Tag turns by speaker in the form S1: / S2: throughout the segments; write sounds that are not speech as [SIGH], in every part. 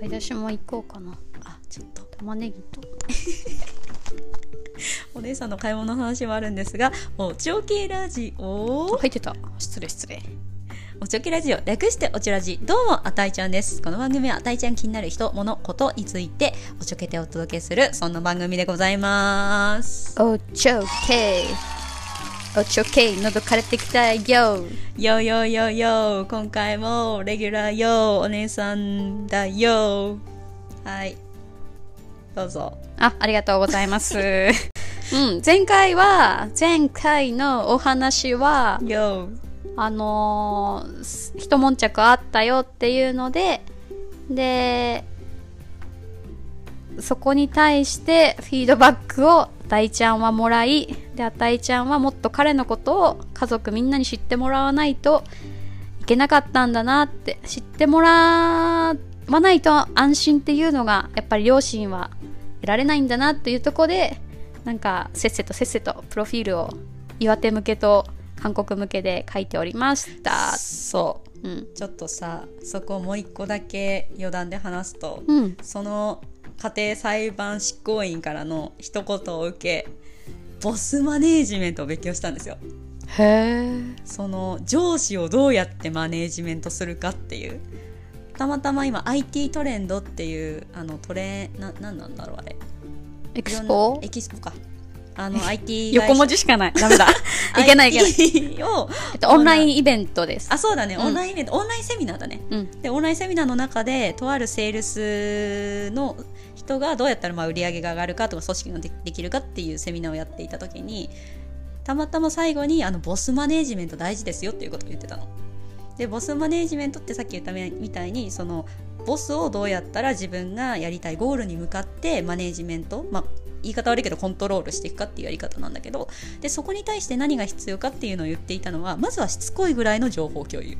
S1: 私も行こうかなあちょっと玉ねぎと
S2: お姉さんの買い物の話もあるんですがおちょけラジオ
S1: 入ってた失礼失礼
S2: おちょけラジオ略しておちょラジどうもあたいちゃんですこの番組はあたいちゃん気になる人物ことについておちょけてお届けするそんな番組でございます
S1: おちょけおちょけ喉枯れてきたよ
S2: よよよよ今回もレギュラーよお姉さんだよはいどうぞ
S1: あありがとうございます [LAUGHS] うん前回は前回のお話は
S2: よ
S1: あのーす一悶着あったよっていうのででそこに対してフィードバックを大ちゃんはもらいであたいちゃんはもっと彼のことを家族みんなに知ってもらわないといけなかったんだなって知ってもらわないと安心っていうのがやっぱり両親は得られないんだなっていうところでなんかせっせとせっせとプロフィールを岩手向けと韓国向けで書いておりました。
S2: そう
S1: うん。
S2: ちょっとさそこもう一個だけ余談で話すと、
S1: うん。
S2: その家庭裁判執行員からの一言を受けボスマネージメントを勉強したんですよ
S1: へえ。
S2: その上司をどうやってマネージメントするかっていうたまたま今 IT トレンドっていうあのトレななんなんだろうあれ
S1: エク
S2: いろ
S1: ス
S2: んな
S1: ポ
S2: エキスポかあの IT
S1: 横文
S2: 字
S1: 字しかない。ダメ
S2: [LAUGHS]
S1: だ。いけないいけない
S2: IT を
S1: えっと、オンラインイベントです。
S2: あそうだね
S1: うん
S2: オンラインイベント、オンラインセミナーだね
S1: うん。
S2: でオンラインセミナーの中でとあるセールスの人がどうやったらまあ売り上げが上がるかとか組織がでできるかっていうセミナーをやっていた時にたまたま最後にあのボスマネージメント大事ですよっていうことを言ってたの。でボスマネージメントってさっき言ったみたいにそのボスをどうやったら自分がやりたいゴールに向かってマネージメント、まあ、言い方悪いけどコントロールしていくかっていうやり方なんだけどでそこに対して何が必要かっていうのを言っていたのはまずはしつこいぐらいの情報共有。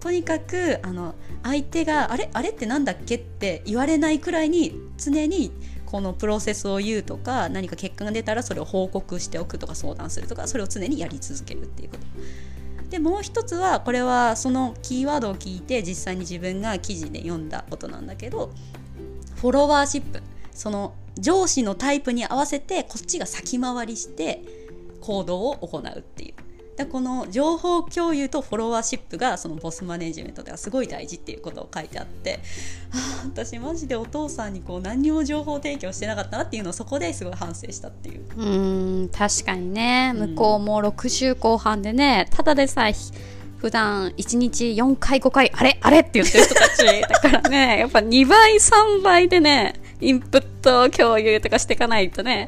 S2: とにかくあの相手があれあれってなんだっけって言われないくらいに常にこのプロセスを言うとか何か結果が出たらそれを報告しておくとか相談するとかそれを常にやり続けるっていうこと。でもう一つはこれはそのキーワードを聞いて実際に自分が記事で読んだことなんだけどフォロワーシップその上司のタイプに合わせてこっちが先回りして行動を行うっていう。だからこの情報共有とフォロワーシップがそのボスマネジメントではすごい大事っていうことを書いてあって、はあ、私マジでお父さんにこう何にも情報提供してなかったなっていうのをそこですごい反省したっていう。
S1: うーん、確かにね。
S2: うん
S1: 向こうも60後半でね、ただでさえ、ひ普段1日4回5回、あれあれって言ってる人 [LAUGHS] たちだからね、やっぱ2倍3倍でね、インプット共有とかしていかないとね、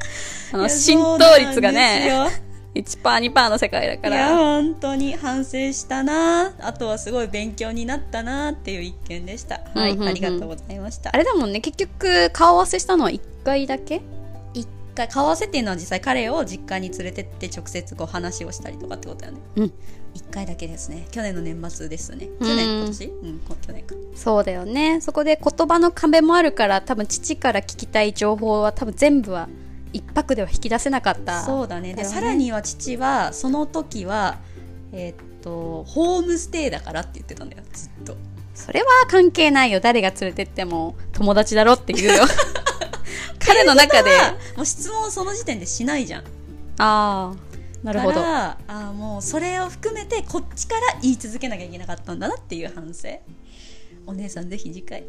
S1: あ
S2: い
S1: の、
S2: や
S1: 浸透率がね、。
S2: そうなんですよ
S1: 1%、2%の世界だか
S2: いや
S1: ら。
S2: 本当に反省したなあとはすごい勉強になったなっていう一件でした。は
S1: う
S2: い
S1: んうんうん
S2: ありがとうございました
S1: あ。れだもんね、結局、顔合わせしたのは1回だけ
S2: 一回顔合わせっていうのは実際彼を実家に連れてって直接こう話をしたりとかってことだよね
S1: うん
S2: 一回だけですね去年の年末ですね
S1: うん
S2: 去年今年うんこ去年か
S1: そうだよねそこで言葉の壁もあるから多分父から聞きたい情報は多分全部は一泊では引き出せなかった
S2: そうだねで
S1: だよね
S2: さらには父はその時はえーっとホームステイだからって言ってたんだよずっと
S1: それは関係ないよ誰が連れてっても友達だろって言う
S2: [LAUGHS]
S1: よ彼の中で
S2: はもう質問をその時点でしないじゃん
S1: ああなるほど
S2: だからあーもうそれを含めてこっちから言い続けなきゃいけなかったんだなっていう反省お姉さんぜひ次回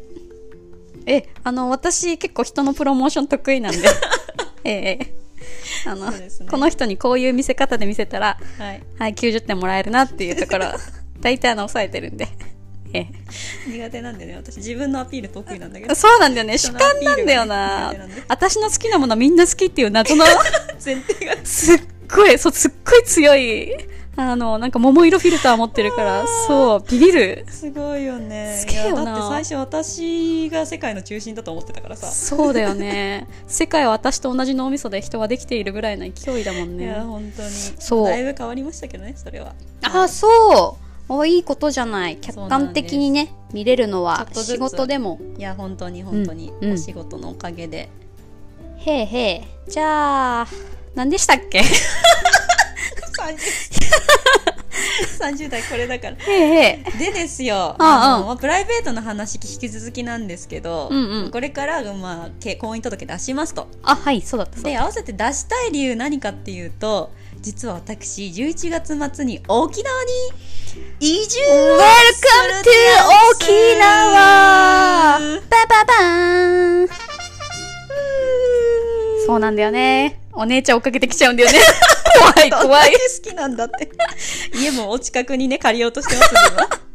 S1: えあの私結構人のプロモーション得意なんで
S2: [LAUGHS]
S1: ええあの、
S2: そうですね
S1: この人にこういう見せ方で見せたら
S2: はい
S1: はい90点もらえるなっていうところ大体あの抑えてるんでええ
S2: 苦手なんでね私自分のアピール得意なんだ
S1: [LAUGHS]
S2: けど
S1: そうなんだよね主
S2: 人の
S1: 観なんだよ
S2: ア
S1: な
S2: ピールがね苦手なんで
S1: 私の好きなものはみんな好きっていう謎
S2: [LAUGHS]
S1: の
S2: 前提が
S1: すっごいそうすっごい強いあのなんか桃色フィルター持ってるからそうビビる
S2: すごいよね
S1: すげえよない
S2: やだって最初私が世界の中心だと思ってたからさ、
S1: そうだよね世界は私と同じ脳みそで人はできているぐらいの勢いだもん
S2: い
S1: ね
S2: や本当に
S1: そう
S2: だいぶ変わりましたけどねそれは
S1: あそうおいいことじゃない
S2: そう
S1: 客
S2: なんです
S1: 観的にね見れるの
S2: ちょ
S1: は
S2: っとずつ
S1: 仕事でも
S2: いや本当に本当に、
S1: うん
S2: お仕事のおか
S1: [LAUGHS]
S2: げで
S1: へえへえじ [LAUGHS] ゃあ何でしたっけ
S2: [LAUGHS] 30代これだか
S1: へ
S2: ら。
S1: えへえ。
S2: でですよ、
S1: ああ
S2: あのまあ、プライベートの話引き続きなんですけど、
S1: うんうん
S2: これから、まあ、け婚姻届出しますと。
S1: あ、はい、そうだった。そうだ
S2: で、合わせて出したい理由何かっていうと、実は私、11月末に沖縄に移住する
S1: Welcome to 沖縄バババーンそうなんだよね。お姉ちゃん追っかけてきちゃうんだよ [LAUGHS] ね。怖い、怖
S2: 怖い
S1: い。[LAUGHS]
S2: 好きなんだって。家もお近くにね、借りようとしてます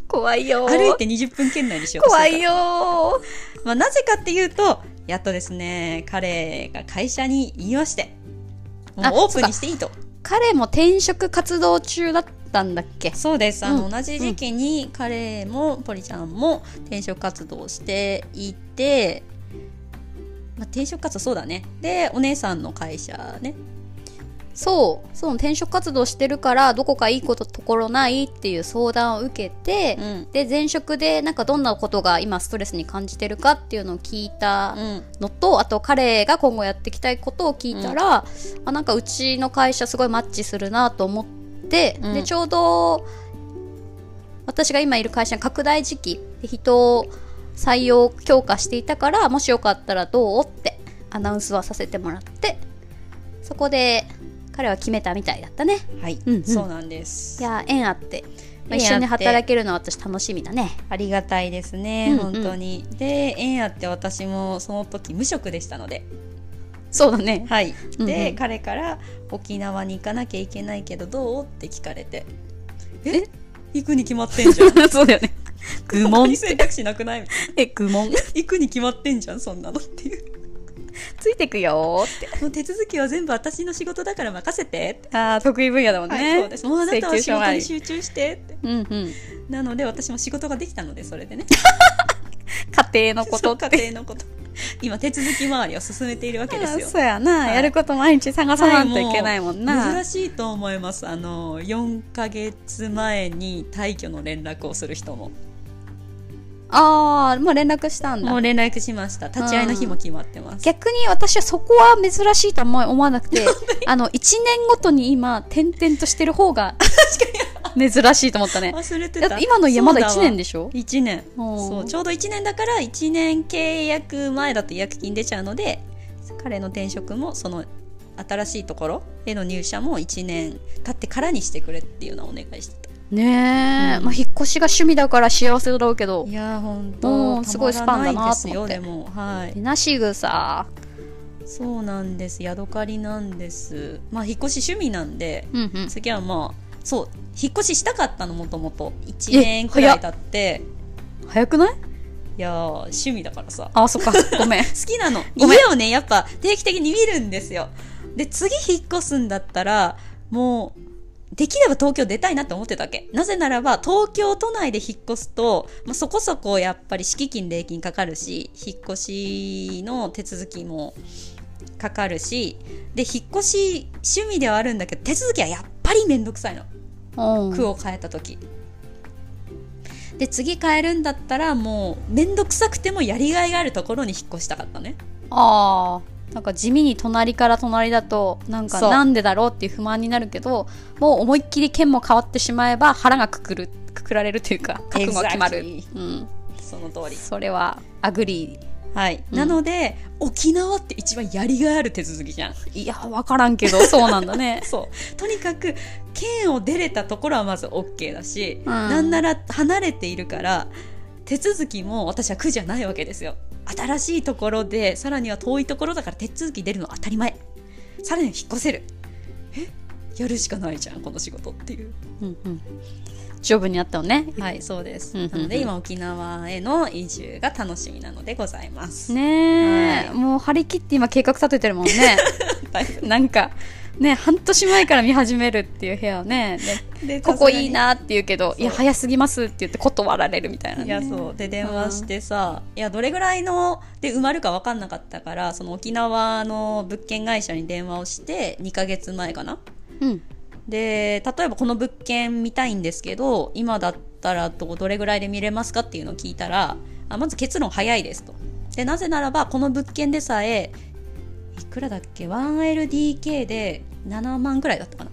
S1: 怖いよ
S2: けど、歩いて20分圏内にしようとし
S1: 怖
S2: てる
S1: いよ
S2: まあ、なぜかっていうと、やっとですね、彼が会社に言いまして、も
S1: あ
S2: うオープンにしていいと。
S1: 彼も転職活動中だったんだっけ
S2: そうです。あの、
S1: うん
S2: 同じ時期に彼もポリちゃんも転職活動をしていて、まあ、転職活動そうだね。で、お姉さんの会社ね。
S1: そう、そう、転職活動してるから、どこかいいこと、ところないっていう相談を受けて、
S2: うん。
S1: で、前職でなんかどんなことが今ストレスに感じてるかっていうのを聞いた
S2: うん。
S1: のとあと彼が今後やっていきたいことを聞いたら、あなんかうちの会社すごいマッチするなと思って、
S2: うん
S1: でちょうど私が今いる会社の拡大時期で人を採用強化していたからもしよかったらどうってアナウンスはさせてもらってそこで彼は決めたみたいだったね
S2: はい、
S1: うんうん
S2: そうなんです。
S1: いやー縁あって、まあ、
S2: 縁あって
S1: 一緒に働けるのは私楽しみだね
S2: ありがたいですね、
S1: うんうん
S2: 本当に。で、縁あって私もその時無職でしたので。
S1: そうだね
S2: はい。
S1: うん
S2: で、
S1: うん
S2: 彼から沖縄に行かなきゃいけないけどどうって聞かれて。
S1: え
S2: 行くに決まってんじゃ
S1: [LAUGHS] [LAUGHS]
S2: ん。
S1: そうだよね愚
S2: 他 [LAUGHS]
S1: 問
S2: に選択肢なくないみたいな
S1: え [LAUGHS] 愚問
S2: 行くに決まってんじゃん、そんなのっていう。
S1: [LAUGHS] ついてくよーって
S2: もう手続きは全部私の仕事だから任せてって。
S1: ああ得意分野だもんね、
S2: はい、そうです。もうあなた
S1: 請
S2: は仕事に
S1: 求書が
S2: 集中してって。
S1: あるうんうん
S2: なので私も仕事ができたの
S1: [LAUGHS]
S2: で、それでね。
S1: 家庭のことって
S2: そう家庭のこと。今手続き周りを進めているわけですよ。
S1: そうやな、
S2: はい
S1: やること毎日探さないといけないもんな、
S2: 珍しいと思いますあの4ヶ月前に退去の連絡をする人も
S1: ああもう連絡したん
S2: も
S1: だ
S2: う連絡しました立ち会いの日も決まってます、
S1: 逆に私はそこは珍しいとは思い思わなく
S2: [LAUGHS]
S1: てあの1年ごとに今転々としてる方
S2: [LAUGHS]
S1: が珍しいと思ったね
S2: 忘れて
S1: だったて今の家まだ1年
S2: で
S1: でしょ
S2: 1年
S1: うん
S2: そうちょうど1年だから1年契約前だと違約金出ちゃうので彼の転職もその新しいところへの入社も1年経ってからにしてくれっていうのをお願いしてた
S1: ねえ、
S2: うん
S1: まあ、引っ越しが趣味だから幸せだろうけど
S2: いやーほん
S1: も
S2: と
S1: うすごいスパンだなと思って
S2: たまらないですよでもはい
S1: なしぐさ
S2: そうなんです宿借りなんですまあ引っ越し趣味なんで
S1: うんうん
S2: 次はまあそう引っ越ししたかったのもともと1
S1: え
S2: 年くらい経って
S1: 早くない
S2: いやー趣味だからさ好
S1: あそっかご
S2: [LAUGHS]
S1: めん
S2: きなの
S1: ごめん
S2: 家をねやっぱ定期的に見るんですよで次引っ越すんだったらもうできれば東京出たいなって思ってたわけなぜならば東京都内で引っ越すと、まあ、そこそこやっぱり敷金礼金かかるし引っ越しの手続きもかかるしで引っ越し趣味ではあるんだけど手続きはやっぱり面倒くさいの
S1: うん
S2: 区を変えた時で次変えるんだったらもう面倒くさくてもやりがいがあるところに引っ越したかったね
S1: ああなんか地味に隣から隣だとなんか
S2: そう
S1: なんでだろうっていう不満になるけどもう思いっきり県も変わってしまえば腹がくくるくくられるというか覚悟が決まる、
S2: Exactly
S1: うん、
S2: その通り
S1: それはアグリ
S2: はい、
S1: うん
S2: なので沖縄って一番やりがいある手続きじゃん
S1: ーいや分からんけど [LAUGHS] そうなんだね
S2: [LAUGHS] そうとにかく県を出れたところはまず OK だし、
S1: ん
S2: なんなら離れているから手続きも私は苦じゃないわけですよ新しいところでさらには遠いところだから手続き出るのは当たり前さらには引っ越せるえやるしかないじゃんこの仕事っていう
S1: うんうんジョブにあったのね
S2: はいそうです
S1: うんうんうん
S2: なので今沖縄への移住が楽しみなのでございます、
S1: ねえ、
S2: はい
S1: もう張り切って今計画立ててるもんね
S2: [LAUGHS] だい
S1: なんかね半年前から見始めるっていう部屋をねで
S2: ぶで
S1: ここいい
S2: さすがに
S1: なって言うけど
S2: そう
S1: いや早すぎますって言って断られるみたいな、ね、
S2: いやそうで電話してさいやどれぐらいので埋まるか分かんなかったからその沖縄の物件会社に電話をして2ヶ月前かな
S1: うん
S2: で例えばこの物件見たいんですけど今だったらどどれぐらいで見れますかっていうのを聞いたらあまず結論早いですとでなぜならばこの物件でさえいくらだっけ 1LDK で7万ぐらいだったかな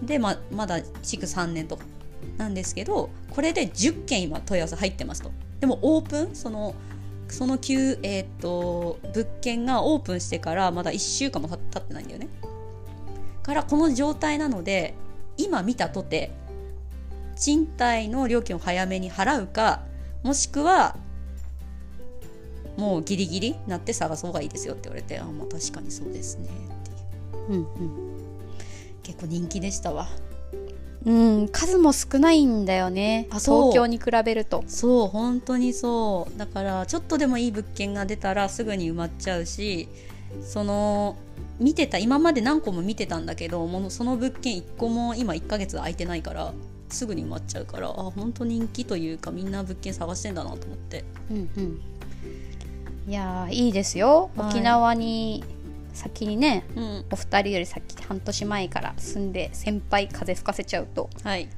S2: でままだ築3年とかなんですけどこれで10件今問い合わせ入ってますとでもオープンそのその旧、えーっと物件がオープンしてからまだ1週間もた経ってないんだよねからこの状態なので今見たとて賃貸の料金を早めに払うかもしくはもうギリギリなって探そうがいいですよって言われてあまあ確かにそうですねってい
S1: う
S2: う
S1: ん
S2: 結構人気でしたわ
S1: うん、うん、数も少ないんだよね
S2: あそう
S1: 東京に比べると
S2: そう本当にそうだからちょっとでもいい物件が出たらすぐに埋まっちゃうしその見てた今まで何個も見てたんだけどもうその物件1個も今1ヶ月空いてないからすぐに埋まっちゃうからあ本当人気というかみんな物件探してんだなと思って
S1: うんうんいやーいいですよ
S2: はい
S1: 沖縄に先にね
S2: うん
S1: お二人より先半年前から住んで先輩風吹かせちゃうと
S2: はい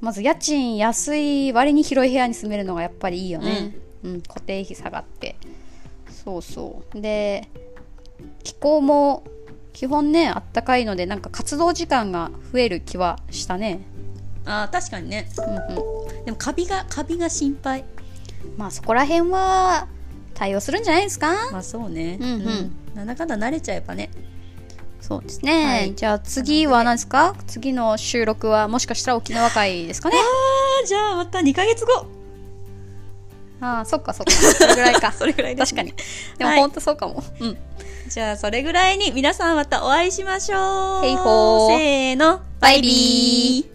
S1: まず家賃安い割に広い部屋に住めるのがやっぱりいいよね、うん固定費下がってそうそうで気候も基本ねあったかいのでなんか活動時間が増える気はしたね、
S2: あー確かにね
S1: うんうん、
S2: でもカビがカビが心配
S1: まあそこら辺は対応するんじゃないですか
S2: まあそうね
S1: うんうん
S2: なんだかんだ慣れちゃえばね
S1: そうですね、
S2: はい
S1: じゃあ次は何ですか次の収録はもしかしたら沖縄会ですかね
S2: あーじゃあまた2ヶ月後
S1: ああそっかそっかそれぐらいか
S2: [LAUGHS] それぐらいです
S1: 確
S2: ね
S1: かにでも
S2: はい
S1: ほんとそうかも、うん
S2: じゃあそれぐらいに皆さんまたお会いしましょう。
S1: ヘイホー
S2: せーの、バイビー。